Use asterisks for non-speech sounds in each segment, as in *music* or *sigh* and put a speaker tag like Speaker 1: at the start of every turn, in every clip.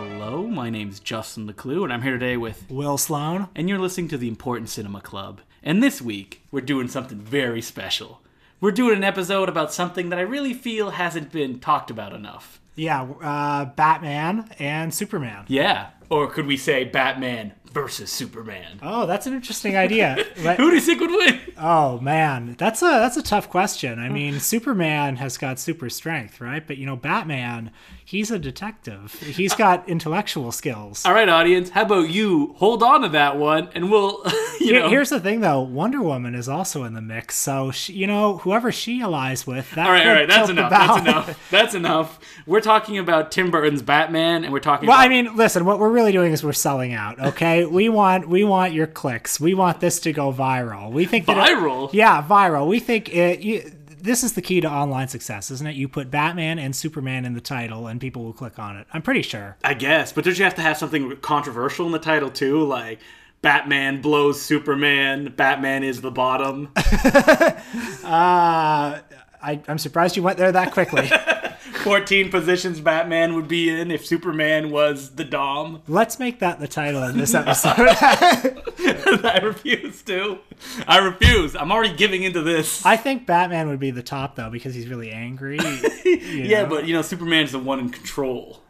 Speaker 1: My name's Justin LeClue, and I'm here today with.
Speaker 2: Will Sloan.
Speaker 1: And you're listening to the Important Cinema Club. And this week, we're doing something very special. We're doing an episode about something that I really feel hasn't been talked about enough.
Speaker 2: Yeah, uh, Batman and Superman.
Speaker 1: Yeah. Or could we say Batman versus Superman?
Speaker 2: Oh, that's an
Speaker 1: *laughs*
Speaker 2: interesting idea. But-
Speaker 1: Who do you think would win?
Speaker 2: oh man, that's a that's a tough question. I
Speaker 1: *laughs*
Speaker 2: mean, Superman has got super strength, right? But you know, Batman, he's a detective.
Speaker 1: *laughs*
Speaker 2: He's got intellectual skills.
Speaker 1: All right, audience, how about you hold on to that one and we'll, *laughs* you
Speaker 2: Here-
Speaker 1: know.
Speaker 2: Here's the thing, though. Wonder Woman is also in the mix, so she, you know whoever she allies with. That
Speaker 1: all right, all
Speaker 2: could
Speaker 1: right, that's
Speaker 2: tilt the
Speaker 1: enough. That's
Speaker 2: balance.
Speaker 1: enough. That's enough. We're talking about Tim Burton's Batman, and we're talking.
Speaker 2: Well,
Speaker 1: about,
Speaker 2: I mean, listen, what we're really doing is we're selling out, okay? we want we want your clicks. We want this to go viral. We think that it-
Speaker 1: Viral?
Speaker 2: yeah, viral. We think it you, this is the key to online success, isn't it? You put Batman and Superman in the title and people will click on it. I'm pretty sure.
Speaker 1: I guess, but don't you have to have something controversial in the title too, like Batman blows Superman, Batman is the
Speaker 2: *laughs*
Speaker 1: bottom.
Speaker 2: Uh I, I'm surprised you went there
Speaker 1: *laughs*
Speaker 2: that quickly.
Speaker 1: 14 positions Batman would be in if Superman was the dom. *laughs*
Speaker 2: Let's make that the title of this episode. *laughs*
Speaker 1: I refuse to. I refuse. I'm already giving into this.
Speaker 2: I think Batman would be the top though because he's
Speaker 1: *laughs*
Speaker 2: really angry.
Speaker 1: yeah, but you know, Superman's the one in control.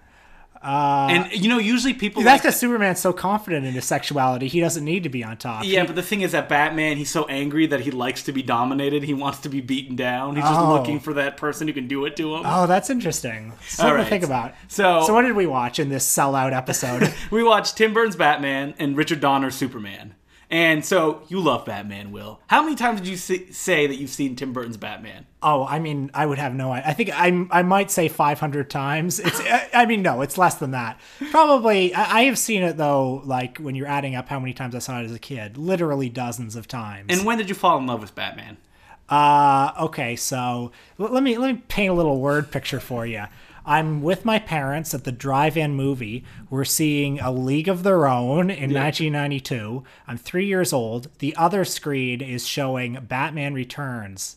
Speaker 2: Uh,
Speaker 1: And you know, usually people
Speaker 2: that's
Speaker 1: like-
Speaker 2: because Superman's so confident in his sexuality, he doesn't need to be on top.
Speaker 1: yeah, but the thing is that Batman, he's so angry that he likes to be dominated. He wants to be beaten down. He's just
Speaker 2: Oh.
Speaker 1: looking for that person who can do it to him.
Speaker 2: Oh, that's interesting. Something
Speaker 1: right.
Speaker 2: to think about.
Speaker 1: So-
Speaker 2: so what did we watch in this sellout
Speaker 1: *laughs*
Speaker 2: episode?
Speaker 1: We watched Tim Burton's Batman and Richard Donner's Superman. And so you love Batman, Will. How many times did you see, say that you've seen Tim Burton's Batman?
Speaker 2: oh, I mean, I would have no. I think I I might say 500 times. It's. I, I mean, no, it's less than that. Probably. I, I have seen it though. Like when you're adding up how many times I saw it as a kid, literally dozens of times.
Speaker 1: And when did you fall in love with
Speaker 2: *laughs*
Speaker 1: Batman?
Speaker 2: Uh, okay, so l- let me let me paint a little word picture for you. I'm with my parents at the drive-in movie. We're seeing A League of Their Own in 1992. I'm three years old. The other screen is showing Batman Returns,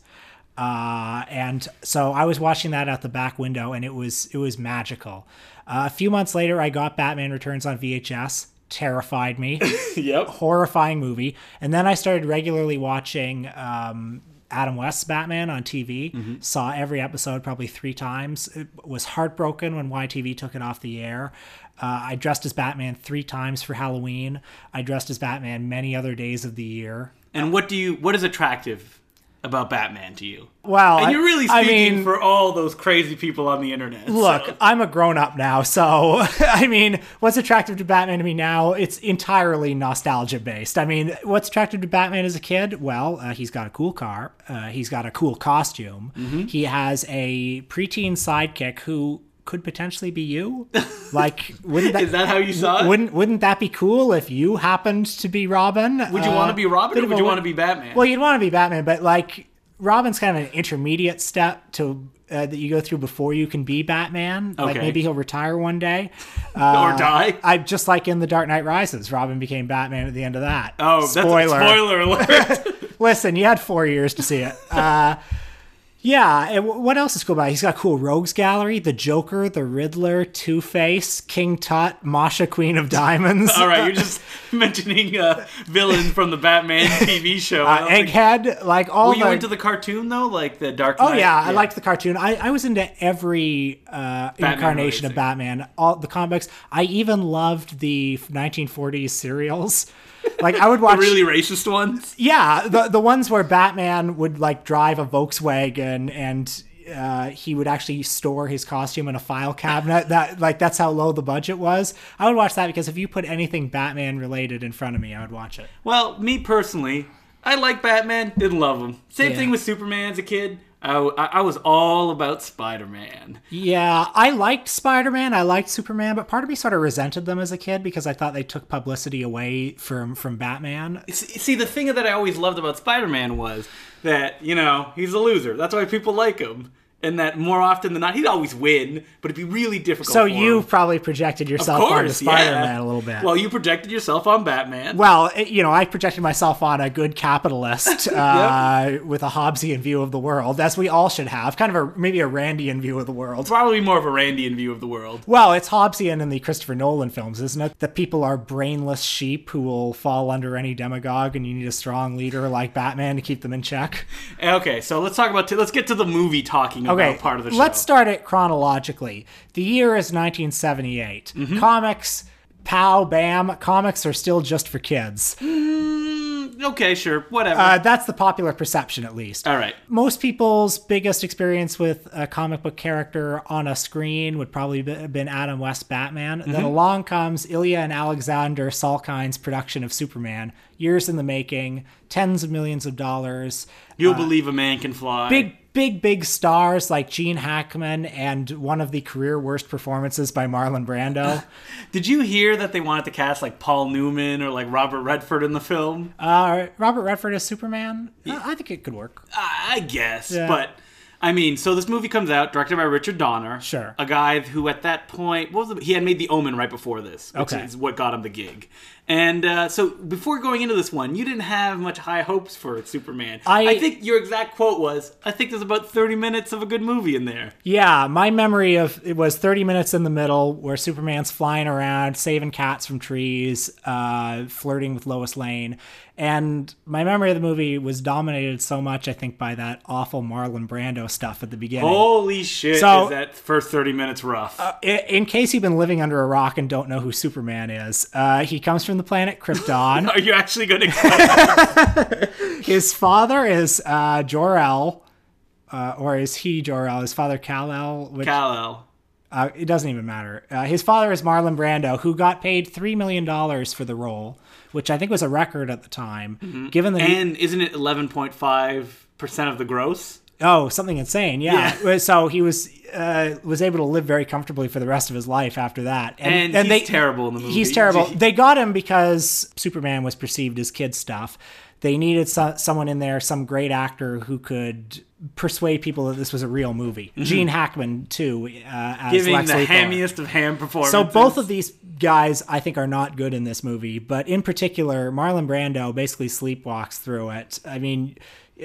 Speaker 2: uh, and so I was watching that out the back window, and it was it was magical. Uh, a few months later, I got Batman Returns on VHS. Terrified me.
Speaker 1: Yep.
Speaker 2: horrifying movie. And then I started regularly watching um, Adam West's Batman on TV.
Speaker 1: Mm-hmm.
Speaker 2: Saw every episode probably three times. It was heartbroken when YTV took it off the air. Uh, I dressed as Batman three times for Halloween. I dressed as Batman many other days of the year.
Speaker 1: And what do you what is attractive about Batman to you?
Speaker 2: Well,
Speaker 1: And you're really
Speaker 2: I- I
Speaker 1: speaking
Speaker 2: mean-
Speaker 1: for all those crazy people on the internet. so-
Speaker 2: Look, I'm a grown up now, so *laughs* I mean, what's attractive to Batman to me now? It's entirely nostalgia based. I mean, what's attractive to Batman as a kid? Well, uh, he's got a cool car, uh, he's got a cool costume,
Speaker 1: Mm-hmm.
Speaker 2: he has a preteen sidekick who could potentially be you. Like, wouldn't
Speaker 1: *laughs*
Speaker 2: that?
Speaker 1: is that how you saw it?
Speaker 2: wouldn't wouldn't that be cool if you happened to be Robin? Uh,
Speaker 1: would you want to be Robin or would you want to be Batman?
Speaker 2: *laughs* Well, you'd want to be Batman, but like Robin's kind of an intermediate step to uh, that you go through before you can be Batman. Like
Speaker 1: Okay.
Speaker 2: maybe he'll retire one day uh,
Speaker 1: or die?
Speaker 2: I just like in the Dark Knight Rises, Robin became Batman at the end of that.
Speaker 1: Oh, that's spoiler
Speaker 2: *laughs*
Speaker 1: alert.
Speaker 2: Listen, you had four years to see it. Uh, *laughs* yeah, and wh- what else is cool about it? He's got a cool rogues gallery: the Joker, the Riddler, Two Face, King Tut, Masha, Queen of Diamonds.
Speaker 1: *laughs* all right, you're just mentioning a villain from the Batman TV show. I
Speaker 2: uh,
Speaker 1: don't think-
Speaker 2: *laughs* Egghead, like all
Speaker 1: Were you
Speaker 2: the-
Speaker 1: into the cartoon though, like the Dark?
Speaker 2: Oh
Speaker 1: Knight?
Speaker 2: yeah, I liked the cartoon. I, I was into every uh, incarnation
Speaker 1: Rising.
Speaker 2: of Batman, all the comics. I even loved the 1940s serials. *laughs* Like I would watch,
Speaker 1: the really racist ones.
Speaker 2: yeah, the the ones where Batman would like drive a Volkswagen and. Uh, he would actually store his costume in a file cabinet. That like that's how low the budget was. I would watch that because if you put anything Batman related in front of me, I would watch it.
Speaker 1: Well, me personally, I like Batman. Didn't love him. Same
Speaker 2: Yeah.
Speaker 1: thing with Superman as a kid. I, I, I was all about Spider Man.
Speaker 2: Yeah, I liked Spider Man, I liked Superman, but part of me sort of resented them as a kid because I thought they took publicity away from from Batman.
Speaker 1: See, the thing that I always loved about Spider Man was that you know he's a loser. That's why people like him. and that more often than not he'd always win, but it'd be really difficult.
Speaker 2: So
Speaker 1: for
Speaker 2: you
Speaker 1: him.
Speaker 2: probably projected
Speaker 1: of
Speaker 2: yourself onto
Speaker 1: course, yeah.
Speaker 2: Spider-Man a little bit.
Speaker 1: Well, you projected yourself on Batman.
Speaker 2: Well, it- you know, I projected myself on a good
Speaker 1: *laughs*
Speaker 2: capitalist uh, with a Hobbesian view of the world, as we all should have, kind of a maybe a Randian view of the world.
Speaker 1: Probably more of a Randian view of the world.
Speaker 2: Well, it's Hobbesian in the Christopher Nolan films, isn't it? That people are brainless sheep who will fall under any demagogue, and you need a strong leader like Batman to keep them in check.
Speaker 1: Okay, so let's talk about. T- let's get to the movie talking
Speaker 2: Okay,
Speaker 1: about part of the show.
Speaker 2: let's start it chronologically. The year is 1978.
Speaker 1: Mm-hmm.
Speaker 2: Comics, pow, bam, comics are still just for kids.
Speaker 1: Mm-hmm. Mm, okay, sure, whatever.
Speaker 2: Uh, that's the popular perception, at least.
Speaker 1: All right.
Speaker 2: most people's biggest experience with a comic book character on a screen would probably be- have been Adam West Batman.
Speaker 1: Mm-hmm.
Speaker 2: Then along comes Ilya and Alexander Salkind's production of Superman, years in the making, tens of millions of dollars.
Speaker 1: You'll believe a man can fly.
Speaker 2: uh, Big, big, big stars like Gene Hackman and one of the career worst performances by Marlon Brando.
Speaker 1: Did you hear that they wanted to cast like Paul Newman or like Robert Redford in the film? I,
Speaker 2: uh, Robert Redford as Superman? Uh, I think it could work.
Speaker 1: I guess,
Speaker 2: Yeah.
Speaker 1: but I mean, so this movie comes out directed by Richard Donner,
Speaker 2: Sure.
Speaker 1: a guy who at that point what was the, he had made The Omen right before this, which
Speaker 2: Okay.
Speaker 1: is what got him the gig. And uh, so before going into this one, you didn't have much high hopes for Superman.
Speaker 2: I-
Speaker 1: I think your exact quote was, "I think there's about 30 minutes of a good movie in there."
Speaker 2: Yeah, my memory of it was 30 minutes in the middle where Superman's flying around, saving cats from trees, uh, flirting with Lois Lane. And my memory of the movie was dominated so much, I think, by that awful Marlon Brando stuff at the beginning.
Speaker 1: Holy shit!
Speaker 2: So-
Speaker 1: is that first 30 minutes
Speaker 2: *laughs*
Speaker 1: rough?
Speaker 2: I- In case you've been living under a rock and don't know who Superman is, uh, he comes from the
Speaker 1: *laughs*
Speaker 2: planet Krypton.
Speaker 1: Are you actually going to?
Speaker 2: His father is uh, Jor-El. Uh, or is he Jor-El? His father Kal-El, which
Speaker 1: Kal-El.
Speaker 2: Uh, it doesn't even matter. Uh, his father is Marlon Brando, who got paid three million dollars for the role, which I think was a record at the time. Given the
Speaker 1: And isn't it eleven point five percent of the gross?
Speaker 2: oh, something insane, yeah. So he was uh, was able to live very comfortably for the rest of his life after that.
Speaker 1: And, he's terrible in the movie. *laughs*
Speaker 2: He's terrible. They got him because Superman was perceived as kid stuff. They needed so- someone in there, some great actor who could persuade people that this was a real movie. Gene Hackman too, uh, as
Speaker 1: Mm-hmm. Giving
Speaker 2: Lex
Speaker 1: the
Speaker 2: Luthor.
Speaker 1: hammiest of ham performances.
Speaker 2: So both of these guys, I think, are not good in this movie. But in particular, Marlon Brando basically sleepwalks through it. I mean,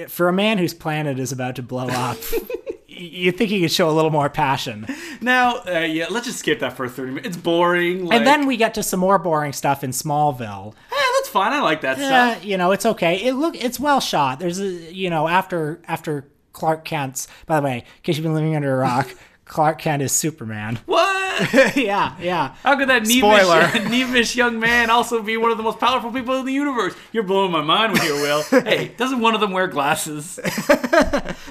Speaker 2: for a man whose planet is about to blow up, *laughs* y- you'd think he could show a little more passion.
Speaker 1: now, uh, yeah, let's just skip that for thirty minutes. It's boring. Like,
Speaker 2: And then we get to some more boring stuff in Smallville.
Speaker 1: eh, that's fine. I like that
Speaker 2: Uh,
Speaker 1: stuff.
Speaker 2: you know, it's okay. It look, it's well shot. There's a, you know, after after Clark Kent's. By the way, in case you've been living under a *laughs* rock, Clark Kent is Superman.
Speaker 1: What?
Speaker 2: *laughs* yeah, yeah.
Speaker 1: How could that *laughs*
Speaker 2: Spoiler.
Speaker 1: Nevish, Nevish young man also be one of the most powerful people in the universe? You're blowing my mind with your
Speaker 2: *laughs*
Speaker 1: will. hey, doesn't one of them wear glasses?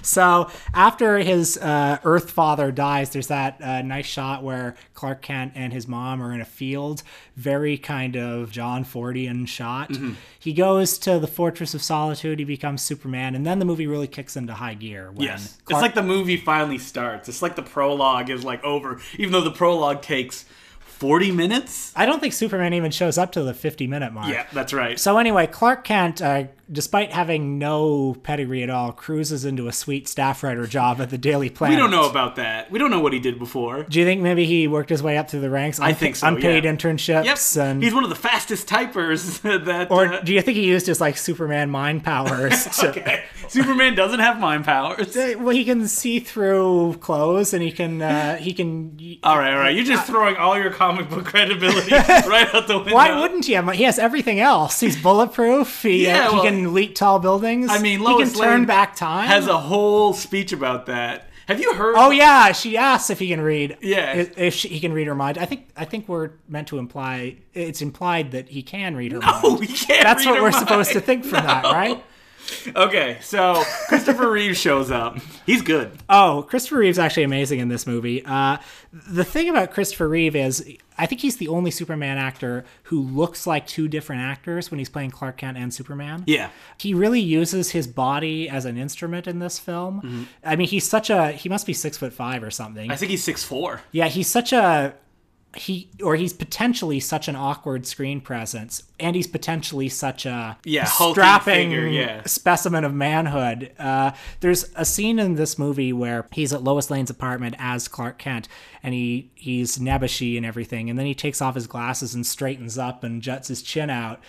Speaker 2: So after his uh, Earth father dies, there's that uh, nice shot where Clark Kent and his mom are in a field, very kind of John Fordian shot.
Speaker 1: Mm-hmm.
Speaker 2: He goes to the Fortress of Solitude, he becomes Superman, and then the movie really kicks into high gear. When
Speaker 1: Yes.
Speaker 2: Clark-
Speaker 1: it's like the movie finally starts. It's like the prologue is like over, even though the prologue takes forty minutes.
Speaker 2: I don't think Superman even shows up to the 50 minute mark.
Speaker 1: Yeah, that's right.
Speaker 2: So anyway, Clark Kent, uh, despite having no pedigree at all, cruises into a sweet staff writer job at the Daily Planet.
Speaker 1: We don't know about that. We don't know what he did before.
Speaker 2: Do you think maybe he worked his way up through the ranks? I
Speaker 1: think so,
Speaker 2: Unpaid
Speaker 1: yeah. Yep.
Speaker 2: internships and
Speaker 1: He's one of the fastest typers *laughs* that.
Speaker 2: Or
Speaker 1: uh,
Speaker 2: do you think he used his like Superman mind
Speaker 1: *laughs*
Speaker 2: powers? To,
Speaker 1: okay. uh, Superman doesn't have mind powers.
Speaker 2: Well, he can see through clothes, and he can uh, he can.
Speaker 1: All right, all right. You're just throwing all your comic book
Speaker 2: *laughs*
Speaker 1: credibility right out the window.
Speaker 2: Why wouldn't he? have- He has everything else. He's bulletproof. He, uh,
Speaker 1: Yeah, well-
Speaker 2: he can leap tall buildings.
Speaker 1: I mean,
Speaker 2: he
Speaker 1: Lois
Speaker 2: can turn
Speaker 1: Lane
Speaker 2: back time.
Speaker 1: Has a whole speech about that. Have you heard?
Speaker 2: oh yeah, she asks if he can read.
Speaker 1: Yeah.
Speaker 2: if, if she, he can read her mind. I think I think we're meant to imply it's implied that he can read her
Speaker 1: *laughs* Oh,
Speaker 2: mind.
Speaker 1: we can't.
Speaker 2: That's
Speaker 1: read
Speaker 2: what
Speaker 1: her
Speaker 2: we're
Speaker 1: mind.
Speaker 2: supposed to think
Speaker 1: *laughs*
Speaker 2: from that, right?
Speaker 1: Okay, so Christopher Reeve shows up. He's good.
Speaker 2: Oh, Christopher Reeve's actually amazing in this movie. Uh, the thing about Christopher Reeve is, I think he's the only Superman actor who looks like two different actors when he's playing Clark Kent and Superman.
Speaker 1: Yeah.
Speaker 2: He really uses his body as an instrument in this film. I mean, he's such a, he must be six foot five or something.
Speaker 1: I think he's six four.
Speaker 2: Yeah, he's such a he or he's potentially such an awkward screen presence and he's potentially such a
Speaker 1: Yeah, hulking
Speaker 2: strapping
Speaker 1: figure, yeah.
Speaker 2: specimen of manhood uh, there's a scene in this movie where he's at lois lane's apartment as clark kent and he he's nebbishy and everything and then he takes off his glasses and straightens up and juts his chin out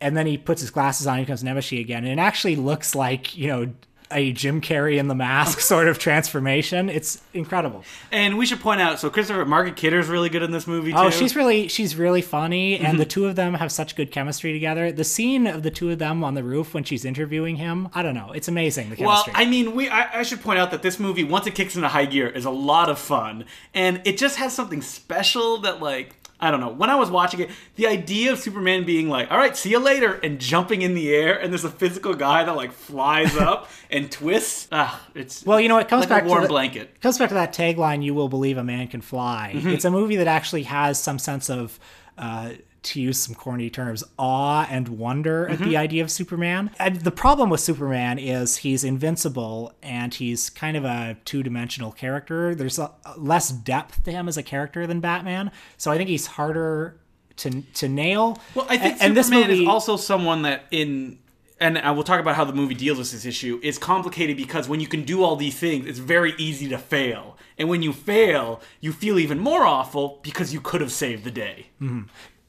Speaker 2: and then he puts his glasses on and becomes nebbishy again and it actually looks like you know a jim carrey in the mask *laughs* sort of transformation it's incredible
Speaker 1: And we should point out, so Christopher Margaret Kidder's really good in this movie too. Mm-hmm.
Speaker 2: Oh, she's really she's really funny, and the two of them have such good chemistry together. The scene of the two of them on the roof when she's interviewing him, I don't know, it's amazing the
Speaker 1: well.
Speaker 2: chemistry.
Speaker 1: I mean, we I, I should point out that this movie, once it kicks into high gear, is a lot of fun, and it just has something special that like. I don't know. When I was watching it, the idea of Superman being like, "All right, see you later," and jumping in the air, and there's a physical guy that like flies
Speaker 2: *laughs*
Speaker 1: up and twists. Ah, it's
Speaker 2: well, you know, it comes
Speaker 1: like
Speaker 2: back
Speaker 1: a warm
Speaker 2: to the,
Speaker 1: blanket.
Speaker 2: It comes back to that tagline, "You will believe a man can fly."
Speaker 1: Mm-hmm.
Speaker 2: It's a movie that actually has some sense of, uh, to use some corny terms, awe and wonder at
Speaker 1: Mm-hmm.
Speaker 2: the idea of Superman. And the problem with Superman is he's invincible and he's kind of a two-dimensional character. There's a, less depth to him as a character than Batman, so I think he's harder to to nail.
Speaker 1: Well, I think
Speaker 2: A- and this
Speaker 1: Superman
Speaker 2: movie-
Speaker 1: is also someone that in and I will talk about how the movie deals with this issue is complicated because when you can do all these things, it's very easy to fail. And when you fail, you feel even more awful because you could have saved the day.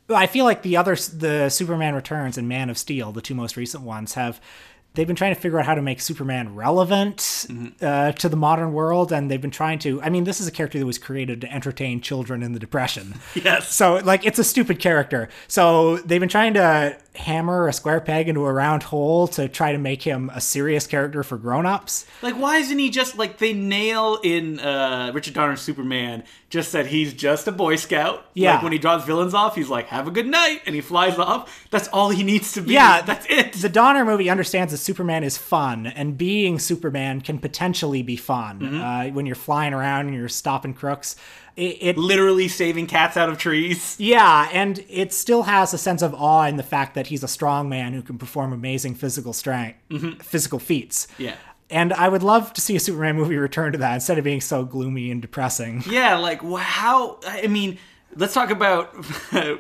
Speaker 2: I feel like the other the Superman Returns and Man of Steel, the two most recent ones, have they've been trying to figure out how to make Superman relevant uh, to the modern world, and they've been trying to. I mean, this is a character that was created to entertain children in the Depression.
Speaker 1: Yes.
Speaker 2: So like, it's a stupid character. So they've been trying to hammer a square peg into a round hole to try to make him a serious character for grown-ups.
Speaker 1: Like, why isn't he just like they nail in uh, Richard Donner's Superman just that he's just a Boy Scout?
Speaker 2: Yeah.
Speaker 1: Like when he draws villains off, he's like, "Have a good night," and he flies off. That's all he needs to be.
Speaker 2: Yeah.
Speaker 1: that's it.
Speaker 2: the Donner movie understands that Superman is fun, and being Superman can potentially be fun uh, when you're flying around and you're stopping crooks. It, it
Speaker 1: Literally saving cats out of trees.
Speaker 2: yeah, and it still has a sense of awe in the fact that he's a strong man who can perform amazing physical strength, physical feats.
Speaker 1: Yeah.
Speaker 2: and I would love to see a Superman movie return to that instead of being so gloomy and depressing. *laughs*
Speaker 1: Yeah, like wh- how? I mean, let's talk about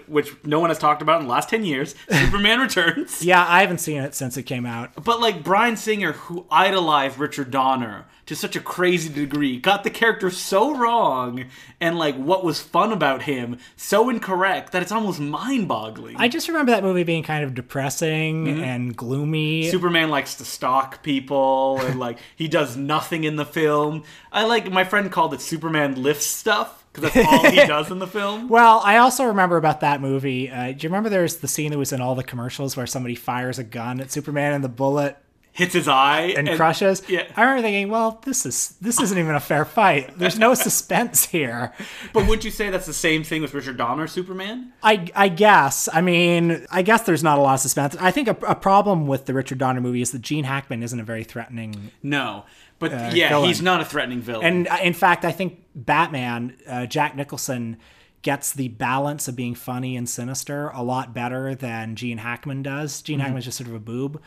Speaker 1: *laughs* which no one has talked about in the last ten years.
Speaker 2: *laughs*
Speaker 1: Superman Returns.
Speaker 2: Yeah, I haven't seen it since it came out.
Speaker 1: But like Brian Singer, who idolized Richard Donner to such a crazy degree, got the character so wrong, and like what was fun about him so incorrect that it's almost mind-boggling.
Speaker 2: I just remember that movie being kind of depressing and gloomy.
Speaker 1: Superman likes to stalk people and like he does nothing in the film. I like my friend called it Superman lifts stuff because that's all
Speaker 2: *laughs*
Speaker 1: he does in the film.
Speaker 2: Well, I also remember about that movie. Uh, do you remember there's the scene that was in all the commercials where somebody fires a gun at Superman and the bullet
Speaker 1: Hits his eye
Speaker 2: and, crushes?
Speaker 1: yeah.
Speaker 2: I remember thinking, well, this is this isn't even a fair fight. There's no suspense here.
Speaker 1: But would you say that's the same thing with Richard Donner Superman?
Speaker 2: I I guess. I mean, I guess there's not a lot of suspense. I think a, a problem with the Richard Donner movie is that Gene Hackman isn't a very threatening.
Speaker 1: No. But yeah,
Speaker 2: villain.
Speaker 1: he's not a threatening villain.
Speaker 2: And uh, in fact, I think Batman, uh, Jack Nicholson. Gets the balance of being funny and sinister a lot better than Gene Hackman does. Gene Hackman's just sort of a boob.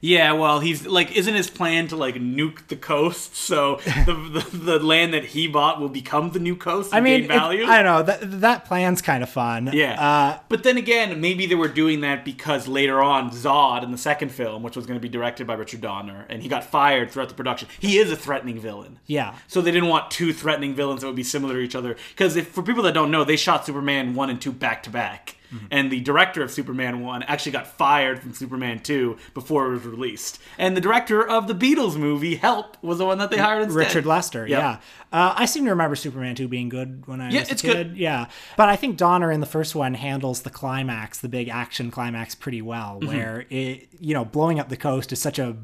Speaker 1: yeah, well, he's like, isn't his plan to like nuke the coast
Speaker 2: *laughs*
Speaker 1: so the, the the land that he bought will become the new coast? And
Speaker 2: I mean,
Speaker 1: gain
Speaker 2: it-
Speaker 1: value.
Speaker 2: I don't know. That that plan's kind of fun.
Speaker 1: yeah,
Speaker 2: Uh,
Speaker 1: but then again, maybe they were doing that because later on, Zod in the second film, which was going to be directed by Richard Donner, and he got fired throughout the production. He is a threatening villain.
Speaker 2: yeah.
Speaker 1: So they didn't want two threatening villains that would be similar to each other. Because if for people that don't know, they shot Superman one and two back to back,
Speaker 2: Mm-hmm.
Speaker 1: and the director of Superman one actually got fired from Superman two before it was released. And the director of the Beatles movie Help was the one that they hired instead.
Speaker 2: Richard Lester.
Speaker 1: Yep.
Speaker 2: Yeah. Uh, I seem to remember Superman 2 being good when I was a
Speaker 1: it's
Speaker 2: kid.
Speaker 1: good.
Speaker 2: Yeah. But I think Donner in the first one handles the climax, the big action climax, pretty well,
Speaker 1: Mm-hmm.
Speaker 2: where it, you know, blowing up the coast is such a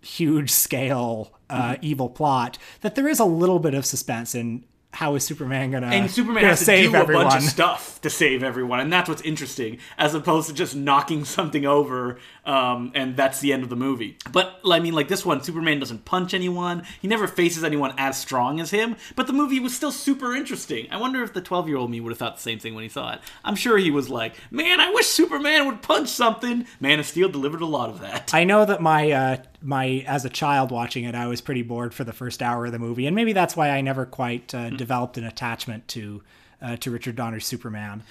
Speaker 2: huge scale uh,
Speaker 1: Mm-hmm.
Speaker 2: evil plot that there is a little bit of suspense in how is Superman gonna
Speaker 1: And Superman
Speaker 2: gonna
Speaker 1: has to
Speaker 2: save
Speaker 1: do
Speaker 2: everyone. *laughs*
Speaker 1: a bunch of stuff to save everyone, and that's what's interesting, as opposed to just knocking something over, um, and that's the end of the movie. But I mean, like this one, Superman doesn't punch anyone. He never faces anyone as strong as him. But the movie was still super interesting. I wonder if the twelve-year-old me would have thought the same thing when he saw it. I'm sure he was like, "Man, I wish Superman would punch something." Man of Steel delivered a lot of that. *laughs*
Speaker 2: I know that my uh, my as a child watching it, I was pretty bored for the first hour of the movie, and maybe that's why I never quite uh, developed an attachment to uh, to Richard Donner's Superman.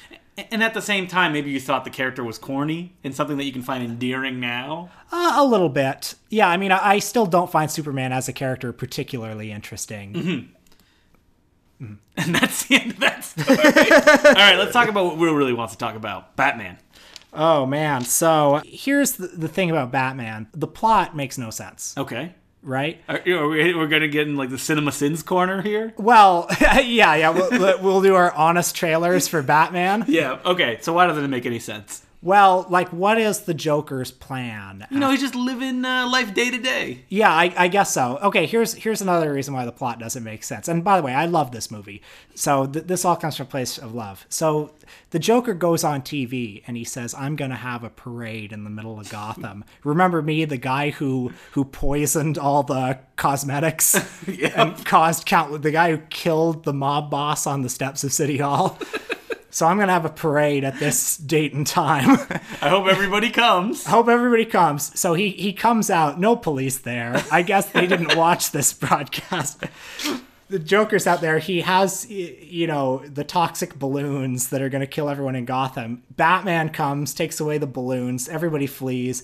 Speaker 1: And at the same time, maybe you thought the character was corny and something that you can find endearing now.
Speaker 2: Uh, a little bit. Yeah, I mean, I, I still don't find Superman as a character particularly interesting.
Speaker 1: And *laughs* that's the end of that story. All right, let's talk about what Will really wants to talk about Batman.
Speaker 2: Oh, man. So here's the, the thing about Batman the plot makes no sense,
Speaker 1: Okay.
Speaker 2: right?
Speaker 1: Are, are we, we're going to get in like the Cinema Sins corner here?
Speaker 2: Well, *laughs* yeah, yeah. We'll, we'll do our honest trailers
Speaker 1: *laughs*
Speaker 2: for Batman.
Speaker 1: Yeah. Okay. So why doesn't it make any sense?
Speaker 2: Well, like, what is the Joker's plan?
Speaker 1: You know, he's just living uh, life day to day.
Speaker 2: Yeah, I, I guess so. Okay, here's here's another reason why the plot doesn't make sense. And by the way, I love this movie. So th- this all comes from a place of love. So the Joker goes on TV and he says, "I'm gonna have a parade in the middle of Gotham." Remember me, the guy who who poisoned all the cosmetics and caused count the guy who killed the mob boss on the steps of City Hall. so I'm gonna have a parade at this date and time. *laughs*
Speaker 1: I hope everybody comes.
Speaker 2: hope everybody comes. So he he comes out, no police there. I guess they didn't watch this broadcast. The Joker's out there. He has, y- you know, the toxic balloons that are going to kill everyone in Gotham. Batman comes, takes away the balloons. Everybody flees.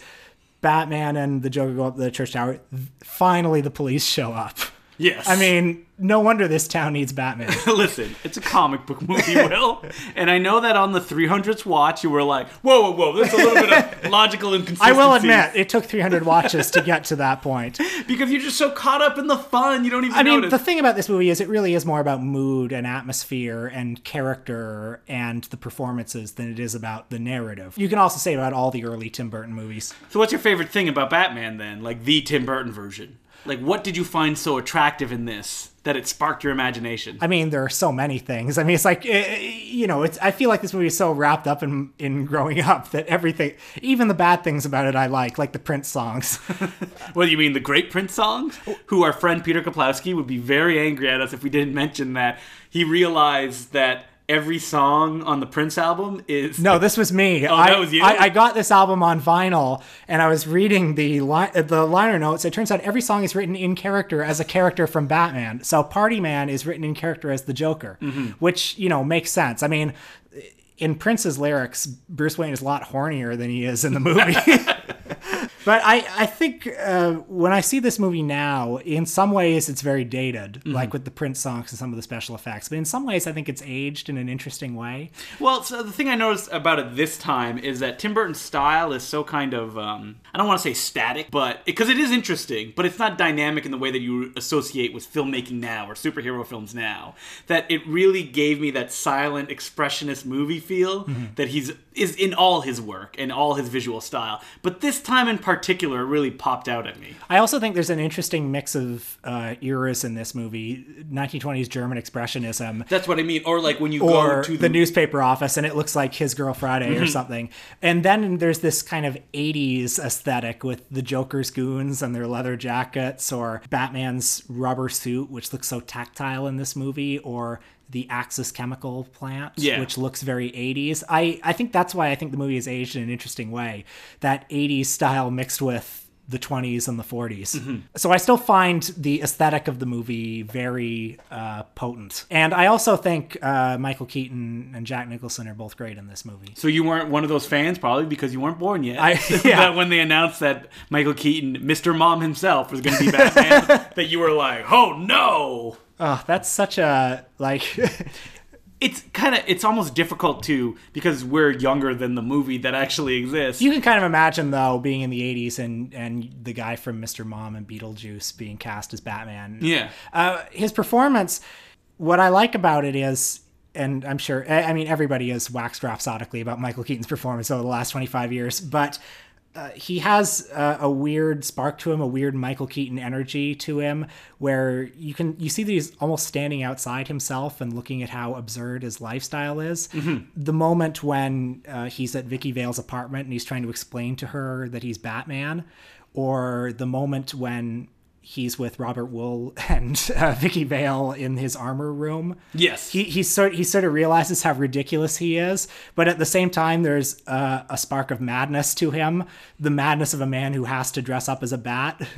Speaker 2: Batman and the Joker go up the church tower. Finally, the police show up.
Speaker 1: Yes.
Speaker 2: I mean, no wonder this town needs Batman.
Speaker 1: *laughs* Listen, it's a comic book movie, Will. and I know that on the 300th watch, you were like, whoa, whoa, whoa, there's a little bit
Speaker 2: *laughs*
Speaker 1: of logical inconsistency.
Speaker 2: I will admit, it took 300 watches to get to that point.
Speaker 1: Because you're just so caught up in the fun, you don't even
Speaker 2: I mean,
Speaker 1: notice.
Speaker 2: the thing about this movie is it really is more about mood and atmosphere and character and the performances than it is about the narrative. You can also say about all the early Tim Burton movies.
Speaker 1: so, what's your favorite thing about Batman then? Like the Tim Burton version? Like, what did you find so attractive in this that it sparked your imagination?
Speaker 2: I mean, there are so many things. I mean, it's like eh, eh, you know, it's. I feel like this movie is so wrapped up in in growing up that everything, even the bad things about it, I like, like the Prince songs. *laughs*
Speaker 1: Well, you mean the Great Prince songs? Who our friend Peter Kaplowski would be very angry at us if we didn't mention that he realized that every song on the Prince album is
Speaker 2: No, this was me. I,
Speaker 1: Oh, that was you?
Speaker 2: I, I got this album on vinyl, and I was reading the li- uh, the liner notes. It turns out every song is written in character as a character from Batman. So Party Man is written in character as the Joker,
Speaker 1: Mm-hmm.
Speaker 2: which you know makes sense. I mean, in Prince's lyrics, Bruce Wayne is a lot hornier than he is in
Speaker 1: *laughs*
Speaker 2: the movie. *laughs* But I, I think uh, when I see this movie now, in some ways it's very dated,
Speaker 1: Mm-hmm.
Speaker 2: like with the Prince songs and some of the special effects. But in some ways, I think it's aged in an interesting way.
Speaker 1: Well, so the thing I noticed about it this time is that Tim Burton's style is so kind of um, I don't want to say static, but because it is interesting, but it's not dynamic in the way that you associate with filmmaking now or superhero films now. That it really gave me that silent expressionist movie feel
Speaker 2: Mm-hmm.
Speaker 1: that he's is in all his work and all his visual style. But this time in particular, it really popped out at me.
Speaker 2: I also think there's an interesting mix of uh, eras in this movie 1920s German Expressionism
Speaker 1: That's what I mean. Or like when you go
Speaker 2: or
Speaker 1: to Mm-hmm.
Speaker 2: the, newspaper office and it looks like His Girl Friday or something. And then there's this kind of 80s aesthetic with the Joker's goons and their leather jackets or Batman's rubber suit, which looks so tactile in this movie, or the Axis chemical plant,
Speaker 1: Yeah.
Speaker 2: which looks very 80s. I, I think that's why I think the movie is aged in an interesting way. That 80s style mixed with the 20s and the 40s. So I still find the aesthetic of the movie very uh, potent. And I also think uh, Michael Keaton and Jack Nicholson are both great in this movie.
Speaker 1: So you weren't one of those fans, probably because you weren't born yet. *laughs*
Speaker 2: I- yeah.
Speaker 1: that when they announced that Michael Keaton, Mr. Mom himself, was going to be Batman,
Speaker 2: *laughs*
Speaker 1: that you were like, "Oh no!"
Speaker 2: Oh, that's such a like *laughs*
Speaker 1: It's kind of it's almost difficult to because we're younger than the movie that actually exists.
Speaker 2: you can kind of imagine though being in the 80s and and the guy from Mr. Mom and Beetlejuice being cast as Batman.
Speaker 1: yeah,
Speaker 2: Uh, his performance, what I like about it is, and I'm sure, I I mean, everybody has waxed rhapsodically about Michael Keaton's performance over the last 25 years, but uh, he has uh, a weird spark to him, a weird Michael Keaton energy to him, where you can you see that he's almost standing outside himself and looking at how absurd his lifestyle is. The moment when uh, he's at Vicky Vale's apartment and he's trying to explain to her that he's Batman, or the moment when he's with Robert Wool *laughs* and uh, Vicky Vale in his armor room.
Speaker 1: yes.
Speaker 2: He, he sort he sort of realizes how ridiculous he is, but at the same time, there's uh, a spark of madness to him—the madness of a man who has to dress up as a bat *laughs*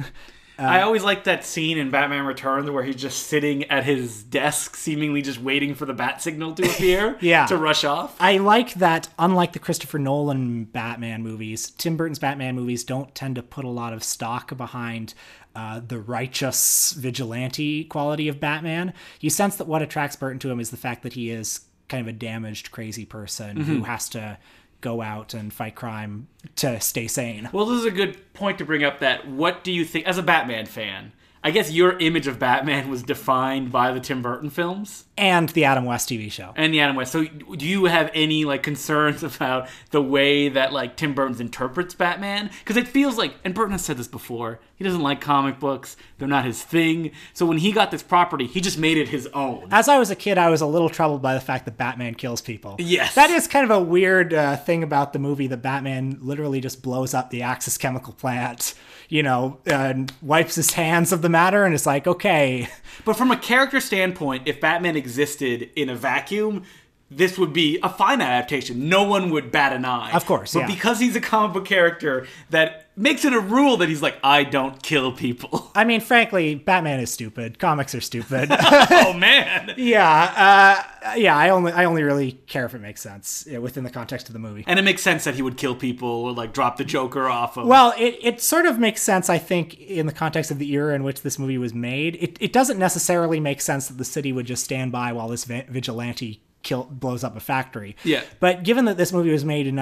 Speaker 1: I always like that scene in Batman Returns where he's just sitting at his desk, seemingly just waiting for the bat signal to appear
Speaker 2: *laughs* Yeah.
Speaker 1: to rush off.
Speaker 2: I like that, unlike the Christopher Nolan Batman movies, Tim Burton's Batman movies don't tend to put a lot of stock behind uh, the righteous vigilante quality of Batman. You sense that what attracts Burton to him is the fact that he is kind of a damaged, crazy person who has to go out and fight crime to stay sane.
Speaker 1: Well, this is a good point to bring up that what do you think, as a Batman fan, I guess your image of Batman was defined by the Tim Burton films
Speaker 2: And the Adam West TV show.
Speaker 1: and the Adam West. So do you have any like concerns *laughs* about the way that like Tim Burton interprets Batman? Because it feels like, and Burton has said this before, he doesn't like comic books; they're not his thing. So when he got this property, he just made it his own.
Speaker 2: As I was a kid, I was a little troubled by the fact that Batman kills people.
Speaker 1: Yes.
Speaker 2: That is kind of a weird uh, thing about the movie that Batman literally just blows up the Axis chemical plant, you know, and wipes his hands of the matter and is like, okay,
Speaker 1: But from a character standpoint, if Batman existed in a vacuum, this would be a fine adaptation. No one would bat an eye.
Speaker 2: Of course,
Speaker 1: But
Speaker 2: yeah.
Speaker 1: because he's a comic book character that makes it a rule that he's like, I don't kill people. *laughs*
Speaker 2: I mean, frankly, Batman is stupid. Comics are stupid. *laughs*
Speaker 1: oh man.
Speaker 2: yeah, uh, yeah. I only, I only really care if it makes sense yeah, within the context of the movie.
Speaker 1: And it makes sense that he would kill people or like drop the Joker off of
Speaker 2: Well, it, it sort of makes sense, I think, in the context of the era in which this movie was made. It, it doesn't necessarily make sense that the city would just stand by while this vi- vigilante kill, blows up a factory.
Speaker 1: Yeah.
Speaker 2: But given that this movie was made in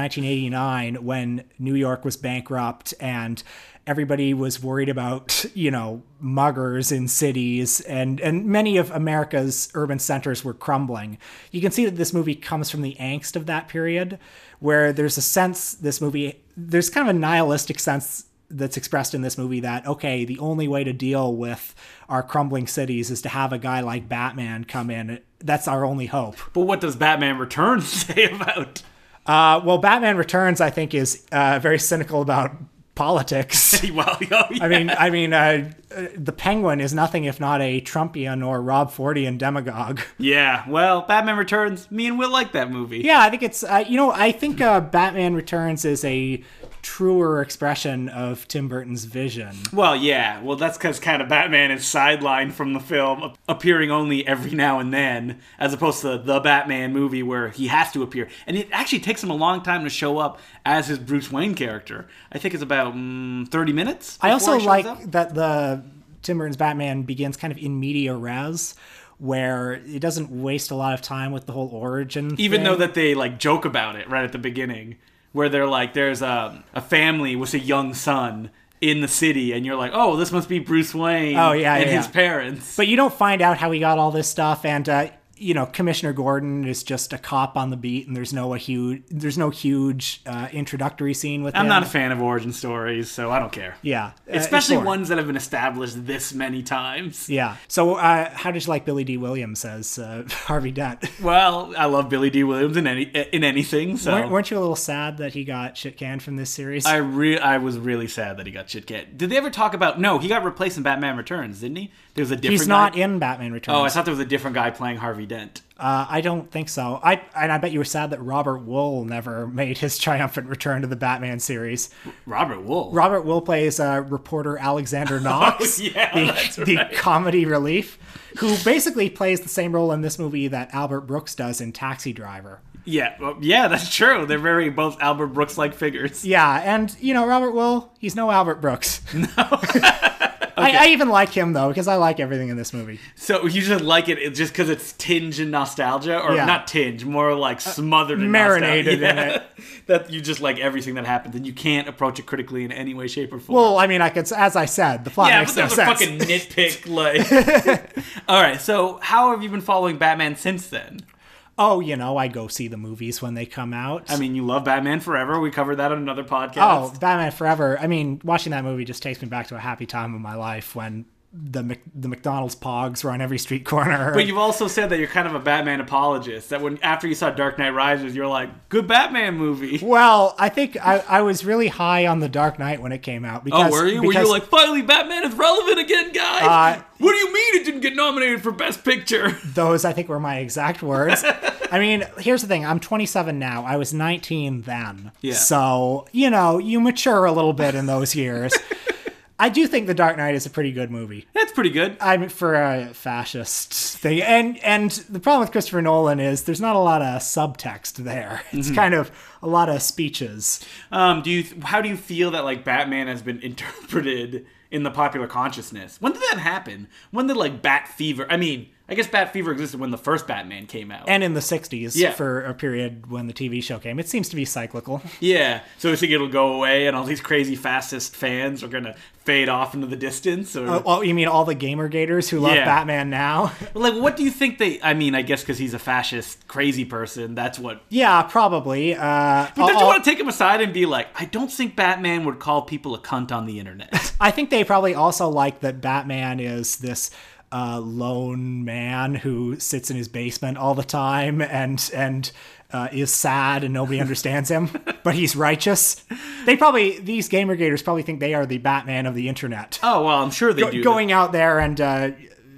Speaker 2: 1989 when New York was bankrupt and everybody was worried about, you know, muggers in cities and, and many of America's urban centers were crumbling, you can see that this movie comes from the angst of that period where there's a sense this movie, there's kind of a nihilistic sense that's expressed in this movie that okay the only way to deal with our crumbling cities is to have a guy like batman come in that's our only hope
Speaker 1: But what does Batman Returns *laughs* say about
Speaker 2: uh, well, Batman Returns, I think, is uh, very cynical about politics. *laughs*
Speaker 1: well, oh, yeah.
Speaker 2: I mean, I mean, uh, uh, the Penguin is nothing if not a Trumpian or Rob Fordian demagogue. *laughs*
Speaker 1: yeah, well, Batman Returns, me and Will like that movie.
Speaker 2: Yeah, I think it's, uh, you know, I think uh, Batman Returns is a truer expression of Tim Burton's vision.
Speaker 1: Well, yeah. Well, that's because kind of Batman is sidelined from the film, ap- appearing only every now and then, as opposed to the Batman movie where he has to appear. And it actually takes him a long time to show up as his Bruce Wayne character. I think it's about mm, 30 minutes.
Speaker 2: I also
Speaker 1: before he shows
Speaker 2: like
Speaker 1: up.
Speaker 2: that the Tim Burton's Batman begins kind of in media res, where it doesn't waste a lot of time with the whole origin.
Speaker 1: Even
Speaker 2: thing.
Speaker 1: though that they like joke about it right at the beginning, where they're like, there's a, a family with a young son in the city, and you're like, oh, this must be Bruce Wayne
Speaker 2: Oh, yeah,
Speaker 1: and
Speaker 2: yeah,
Speaker 1: his
Speaker 2: yeah.
Speaker 1: parents.
Speaker 2: But you don't find out how he got all this stuff, and uh, you know Commissioner Gordon is just a cop on the beat, and there's no a huge there's no huge uh, introductory scene with
Speaker 1: I'm
Speaker 2: him.
Speaker 1: not a fan of origin stories, so I don't care.
Speaker 2: yeah, uh, it's
Speaker 1: especially
Speaker 2: boring.
Speaker 1: ones that have been established this many times.
Speaker 2: Yeah. So uh, how did you like Billy D. Williams as uh, *laughs* Harvey Dent?
Speaker 1: Well, I love Billy D. Williams in any in anything, so
Speaker 2: Weren't, weren't you a little sad that he got shit canned from this series?
Speaker 1: Oh. I re- I was really sad that he got shit kicked. Did they ever talk about? No, he got replaced in Batman Returns, didn't he? There was a different.
Speaker 2: He's not
Speaker 1: Guy.
Speaker 2: in Batman Returns.
Speaker 1: Oh, I thought there was a different guy playing Harvey Dent.
Speaker 2: Uh, I don't think so. I and I bet you were sad that Robert Wool never made his triumphant return to the Batman series.
Speaker 1: Robert Wool.
Speaker 2: Robert Will plays uh, reporter Alexander
Speaker 1: *laughs*
Speaker 2: Knox,
Speaker 1: Oh, yeah,
Speaker 2: the,
Speaker 1: that's
Speaker 2: the
Speaker 1: right.
Speaker 2: comedy relief, who basically plays the same role in this movie that Albert Brooks does in Taxi Driver.
Speaker 1: yeah, well, yeah, that's true. They're very both Albert Brooks like figures.
Speaker 2: Yeah, and you know Robert Will, he's no Albert
Speaker 1: *laughs*
Speaker 2: Brooks. No, *laughs* I, I even like him though because I like everything in this movie.
Speaker 1: So you just like it it- just because it's tinge in nostalgia, or
Speaker 2: Yeah. Uh,
Speaker 1: not tinge, more like smothered, in
Speaker 2: marinated in
Speaker 1: nostalgia. it. *laughs* that you just like everything that happens, and you can't approach it critically in any way, shape, or form.
Speaker 2: Well, I mean, I could, as I said, the plot
Speaker 1: yeah,
Speaker 2: makes
Speaker 1: but
Speaker 2: no
Speaker 1: that was a
Speaker 2: sense.
Speaker 1: fucking nitpick. Like,
Speaker 2: *laughs*
Speaker 1: all right. So, how have you been following Batman since then?
Speaker 2: Oh, you know, I go see the movies when they come out.
Speaker 1: I mean, you love Batman Forever. We covered that on another
Speaker 2: Oh,
Speaker 1: podcast.
Speaker 2: Batman Forever. I mean, watching that movie just takes me back to a happy time of my life when the Mc- the McDonald's pogs were on every street corner.
Speaker 1: But you've also said that you're kind of a Batman apologist. That when after you saw Dark Knight Rises, you're like, good Batman movie.
Speaker 2: well, I think I, I was really high on The Dark Knight when it came out.
Speaker 1: Oh,
Speaker 2: Because,
Speaker 1: were you? Were
Speaker 2: because-
Speaker 1: you like, finally, Batman is relevant again, guys?
Speaker 2: Uh,
Speaker 1: what do you mean it didn't get nominated for Best Picture? *laughs*
Speaker 2: those? I think were my exact words. I mean, here's the thing. I'm 27 now. I was 19 then.
Speaker 1: Yeah. *laughs*
Speaker 2: So you know, you mature a little bit in those years. I do think The Dark Knight is a pretty good movie.
Speaker 1: That's pretty good.
Speaker 2: I mean, for a fascist thing, and and the problem with Christopher Nolan is there's not a lot of subtext there. It's
Speaker 1: Mm-hmm.
Speaker 2: kind of a lot of speeches.
Speaker 1: Um, do you? How do you feel that like Batman has been *laughs* interpreted in the popular consciousness? When did that happen? When did like Bat Fever? I mean, I guess Bat Fever existed when the first Batman came out.
Speaker 2: And in the '60s,
Speaker 1: Yeah.
Speaker 2: for a period when the TV show came, it seems to be cyclical.
Speaker 1: yeah. So you think it'll go away, and all these crazy fastest fans are gonna fade off into the distance? Or
Speaker 2: Oh, you mean all the gamer gators who love
Speaker 1: Yeah.
Speaker 2: Batman now? *laughs*
Speaker 1: like, what do you think they? I mean, I guess because he's a fascist, crazy person. That's what.
Speaker 2: yeah, probably. Uh,
Speaker 1: But don't
Speaker 2: I'll-
Speaker 1: you want to take him aside and be like, I don't think Batman would call people a cunt on the internet.
Speaker 2: I think they probably also like that Batman is this uh, lone man who sits in his basement all the time and and uh, is sad and nobody understands him, but he's righteous. They probably these gamer gators probably think they are the Batman of the internet,
Speaker 1: oh well, I'm sure they do.
Speaker 2: going out there and uh,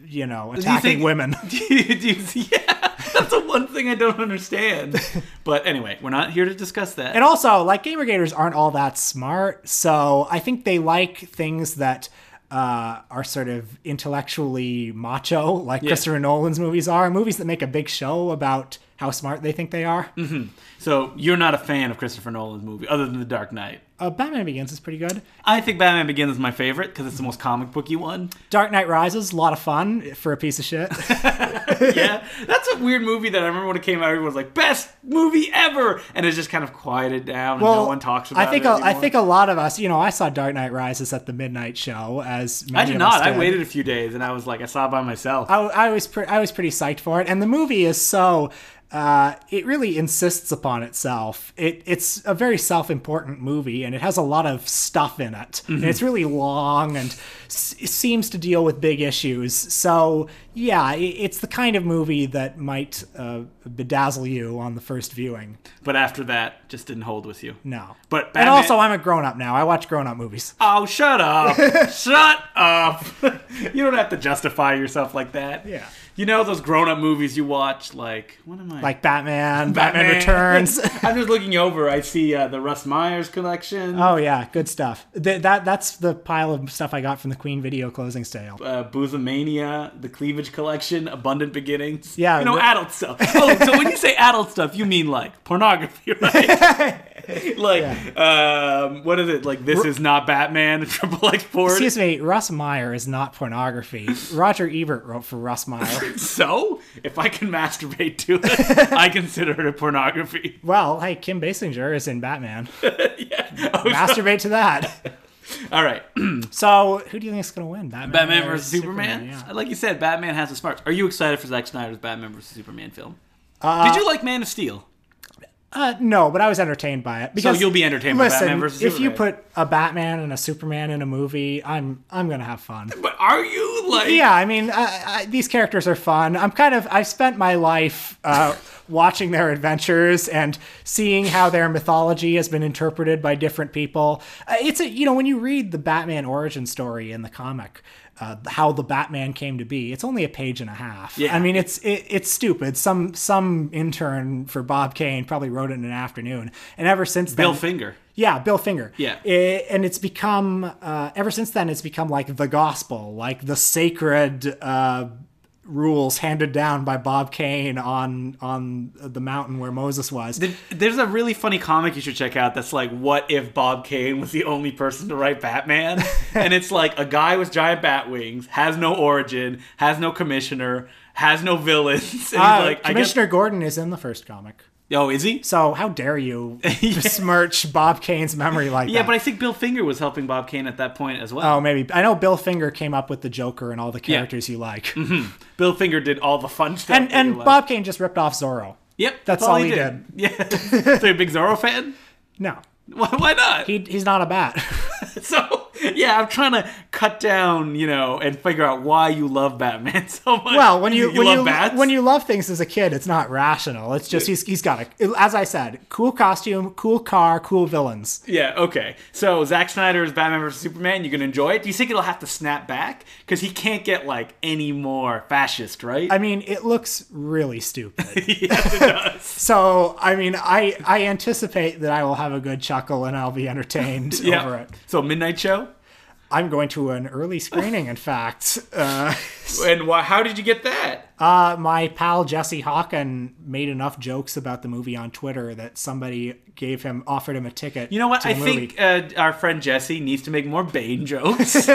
Speaker 2: you know attacking
Speaker 1: think-
Speaker 2: women.
Speaker 1: *laughs* Do you- do you- yeah, that's the one thing I don't
Speaker 2: *laughs*
Speaker 1: understand. But anyway, we're not here to discuss that.
Speaker 2: And also, like gamer gators aren't all that smart, so I think they like things that uh, are sort of intellectually macho, like Christopher Nolan's movies are. Movies that make a big show about how smart they think they are.
Speaker 1: Mm-hmm. so you're not a fan of Christopher Nolan's movie, other than The Dark Knight.
Speaker 2: Uh, Batman Begins is pretty good.
Speaker 1: I think Batman Begins is my favorite because it's the most comic booky
Speaker 2: *laughs*
Speaker 1: one.
Speaker 2: Dark Knight Rises, a lot of fun for a piece
Speaker 1: *laughs*
Speaker 2: of shit.
Speaker 1: Yeah, that's a weird movie that I remember when it came out. Everyone was like, "Best movie ever," and it just kind of quieted down. and no one talks about
Speaker 2: I think
Speaker 1: it.
Speaker 2: a-
Speaker 1: anymore.
Speaker 2: I think a lot of us, you know, I saw Dark Knight Rises at the midnight show as many
Speaker 1: I did
Speaker 2: of us
Speaker 1: not. I
Speaker 2: did.
Speaker 1: waited a few days and I was like, I saw it by myself.
Speaker 2: I, I was pre- I was pretty psyched for it, and the movie is so uh, it really insists upon itself. It it's a very self important movie, and it has a lot of stuff in it, and
Speaker 1: Mm-hmm.
Speaker 2: it's really long and s- seems to deal with big issues. So yeah, i it's the kind of movie that might uh, bedazzle you on the first viewing.
Speaker 1: but after that, just didn't hold with you.
Speaker 2: No,
Speaker 1: But
Speaker 2: Mm. and
Speaker 1: Batman-
Speaker 2: also I'm a grown up now. I watch grown up movies.
Speaker 1: Oh, shut
Speaker 2: *laughs*
Speaker 1: up. shut up. *laughs* you don't have to justify yourself like that.
Speaker 2: Yeah.
Speaker 1: You know those grown up movies you watch, like, what am I?
Speaker 2: Like Batman, Batman,
Speaker 1: *laughs*
Speaker 2: Returns.
Speaker 1: I'm just looking over. I see uh, the Russ Myers collection,
Speaker 2: Oh yeah, good stuff. Th- that that's the pile of stuff I got from the Queen video closing sale.
Speaker 1: uh, Boozomania, the Cleavage collection, Abundant Beginnings.
Speaker 2: Yeah,
Speaker 1: You know,
Speaker 2: the-
Speaker 1: adult stuff. Oh, so when you say adult stuff, you mean like pornography, *laughs* right?
Speaker 2: *laughs*
Speaker 1: like, um, what is it? Like, this is not Batman, *laughs* Triple X Porn.
Speaker 2: Excuse me, Russ Meyer is not pornography. Roger Ebert wrote for Russ Meyer.
Speaker 1: So, if I can masturbate to it,
Speaker 2: *laughs*
Speaker 1: I consider it pornography.
Speaker 2: well, hey, Kim Basinger is in Batman.
Speaker 1: yeah.
Speaker 2: Masturbate to that.
Speaker 1: All
Speaker 2: *clears throat*
Speaker 1: right.
Speaker 2: So, who do you think is going to win, Batman?
Speaker 1: Batman
Speaker 2: or
Speaker 1: versus Superman.
Speaker 2: yeah.
Speaker 1: Like you said, Batman has the smarts. Are you excited for Zack Snyder's Batman versus Superman film? Did you like Man of Steel?
Speaker 2: Uh, no, but I was entertained by it because
Speaker 1: you'll be entertained by
Speaker 2: listen,
Speaker 1: Batman versus
Speaker 2: if you
Speaker 1: Superman.
Speaker 2: put a Batman and a Superman in a movie, I'm I'm gonna have fun.
Speaker 1: But are you like?
Speaker 2: yeah i mean I, I, these characters are fun i'm kind of i've spent my life uh, watching their adventures and seeing how their mythology has been interpreted by different people uh, it's a you know when you read the batman origin story in the comic uh, how the batman came to be it's only a page and a half
Speaker 1: Yeah.
Speaker 2: i mean it's it, it's stupid some some intern for bob kane probably wrote it in an afternoon and ever since
Speaker 1: Bill
Speaker 2: then,
Speaker 1: Finger.
Speaker 2: yeah, Bill Finger.
Speaker 1: Yeah.
Speaker 2: I- and it's become, uh, ever since then, it's become like the gospel, like the sacred uh, rules handed down by Bob Kane on on the mountain where Moses was.
Speaker 1: There's a really funny comic you should check out that's like, what if Bob Kane was the only person to write Batman?
Speaker 2: *laughs*
Speaker 1: and it's like a guy with giant bat wings, has no origin, has no commissioner, has no villains. *laughs* And
Speaker 2: Uh,
Speaker 1: he's like, I guess.
Speaker 2: Commissioner Gordon is in the first comic.
Speaker 1: Oh, is he?
Speaker 2: So how
Speaker 1: *laughs*
Speaker 2: dare you besmirch Bob Kane's memory like
Speaker 1: Yeah,
Speaker 2: that?
Speaker 1: but I think Bill Finger was helping Bob Kane at that point as well.
Speaker 2: Oh, maybe I know Bill Finger came up with the Joker and all the characters you like,
Speaker 1: Mm-hmm. Bill Finger did all the fun stuff.
Speaker 2: Oh. and
Speaker 1: that you
Speaker 2: and
Speaker 1: like.
Speaker 2: Bob Kane just ripped off Zorro.
Speaker 1: Yep,
Speaker 2: That's all he *laughs*
Speaker 1: Yeah. so you're a big Zorro fan? *laughs*
Speaker 2: No,
Speaker 1: Why, why not?
Speaker 2: he, he's not a bat. *laughs*
Speaker 1: So yeah, I'm trying to cut down, you know, and figure out why you love Batman *laughs* so much.
Speaker 2: Well, when you, when
Speaker 1: love
Speaker 2: you
Speaker 1: bats,
Speaker 2: when you love things as a kid, it's not rational. It's just he's he's got a as I said, cool costume, cool car, cool villains.
Speaker 1: yeah, okay. So Zack Snyder's Batman vs Superman, you gonna enjoy it? Do you think it'll have to snap back because he can't get like any more fascist, right?
Speaker 2: I mean, it looks really stupid.
Speaker 1: *laughs* yes, it does.
Speaker 2: *laughs* so I mean, I I anticipate that I will have a good chuckle and I'll be
Speaker 1: *laughs*
Speaker 2: entertained
Speaker 1: yeah.
Speaker 2: over it.
Speaker 1: So Midnight Show.
Speaker 2: I'm going to an early screening, in fact. *laughs* Uh,
Speaker 3: And why, how did you get that?
Speaker 2: uh, my pal Jesse Hawken made enough jokes about the movie on Twitter that somebody gave him, offered him a ticket.
Speaker 1: You know what?
Speaker 2: to
Speaker 1: I
Speaker 2: the
Speaker 1: think
Speaker 2: movie.
Speaker 1: uh, our friend Jesse needs to make more Bane
Speaker 2: *laughs*
Speaker 1: jokes.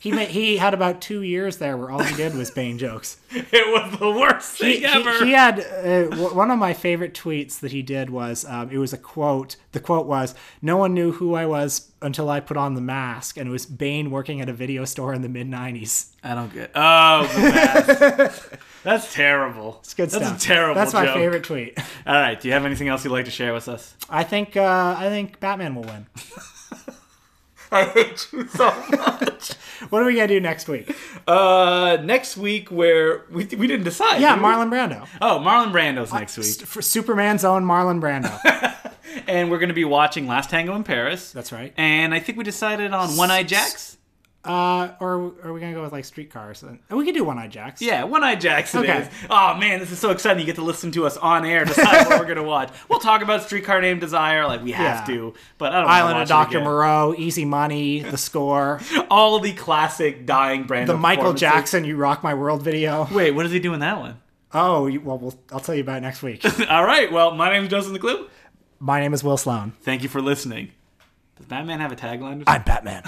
Speaker 2: he ma- he had about two years there where all he did was
Speaker 1: *laughs*
Speaker 2: Bane jokes.
Speaker 1: it was the worst thing
Speaker 2: he,
Speaker 1: ever.
Speaker 2: he had uh, w- one of my favorite tweets that he did was um, it was a quote. The quote was, "No one knew who I was until I put on the mask," and it was Bane working at a video store in the mid '90s.
Speaker 1: I don't get. Oh, the
Speaker 2: *laughs*
Speaker 1: mask. that's terrible.
Speaker 2: It's good
Speaker 1: that's
Speaker 2: stuff.
Speaker 1: a terrible.
Speaker 2: That's my
Speaker 1: joke.
Speaker 2: favorite tweet.
Speaker 1: All right. Do you have anything else you'd like to share with us?
Speaker 2: I think uh, I think Batman will win.
Speaker 3: I hate you so
Speaker 1: *laughs*
Speaker 3: much.
Speaker 2: What are we gonna do next week?
Speaker 3: uh, next week, where we, we didn't decide.
Speaker 2: Yeah,
Speaker 3: did we?
Speaker 2: Marlon Uh, Brando.
Speaker 1: Oh, Marlon Brando's next
Speaker 2: S-
Speaker 1: week,
Speaker 2: For Superman's own Marlon Brando.
Speaker 1: and we're going to be watching Last Tango in Paris.
Speaker 2: That's right.
Speaker 1: *laughs* And I think we decided on One Eye Jacks.
Speaker 2: Uh, or are we gonna go with like streetcars? And we could do One Eye Jacks.
Speaker 1: Yeah, One Eye Jacks. It is.
Speaker 2: Okay.
Speaker 1: Oh man, this is so exciting! You get to listen to us on air decide what we're
Speaker 2: *laughs*
Speaker 1: going to watch. We'll talk about Streetcar Named Desire, like we have
Speaker 2: Yeah.
Speaker 1: to. But I don't. wanna
Speaker 2: Island of
Speaker 1: watch it
Speaker 2: Doctor
Speaker 1: again.
Speaker 2: Moreau, Easy Money,
Speaker 1: *laughs*
Speaker 2: The Score,
Speaker 1: All the classic dying brand.
Speaker 2: the Michael Jackson "You Rock My World" video.
Speaker 1: Wait, what does he do in that one? *laughs*
Speaker 2: Oh, you- well, we'll I'll tell you about it next week.
Speaker 1: All right. Well, my name's Justin the Clue.
Speaker 2: My name is Will Sloan.
Speaker 1: Thank you for listening. Does Batman have a tagline? Or
Speaker 2: I'm Batman.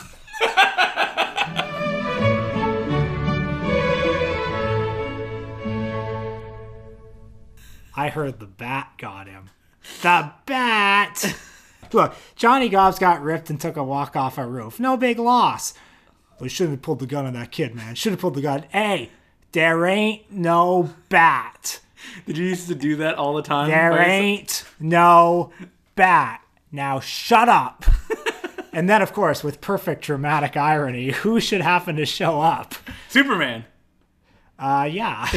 Speaker 2: I heard the bat got him. The bat! Look, Johnny Gobbs got ripped and took a walk off a roof. No big loss. But you shouldn't have pulled the gun on that kid, man. Should have pulled the gun. Hey, there ain't no bat.
Speaker 1: Did you used to do that all the time?
Speaker 2: There
Speaker 1: Bryce?
Speaker 2: ain't no bat. Now shut up. and then, of course, with perfect dramatic irony, who should happen to show up?
Speaker 1: Superman.
Speaker 2: Uh, yeah.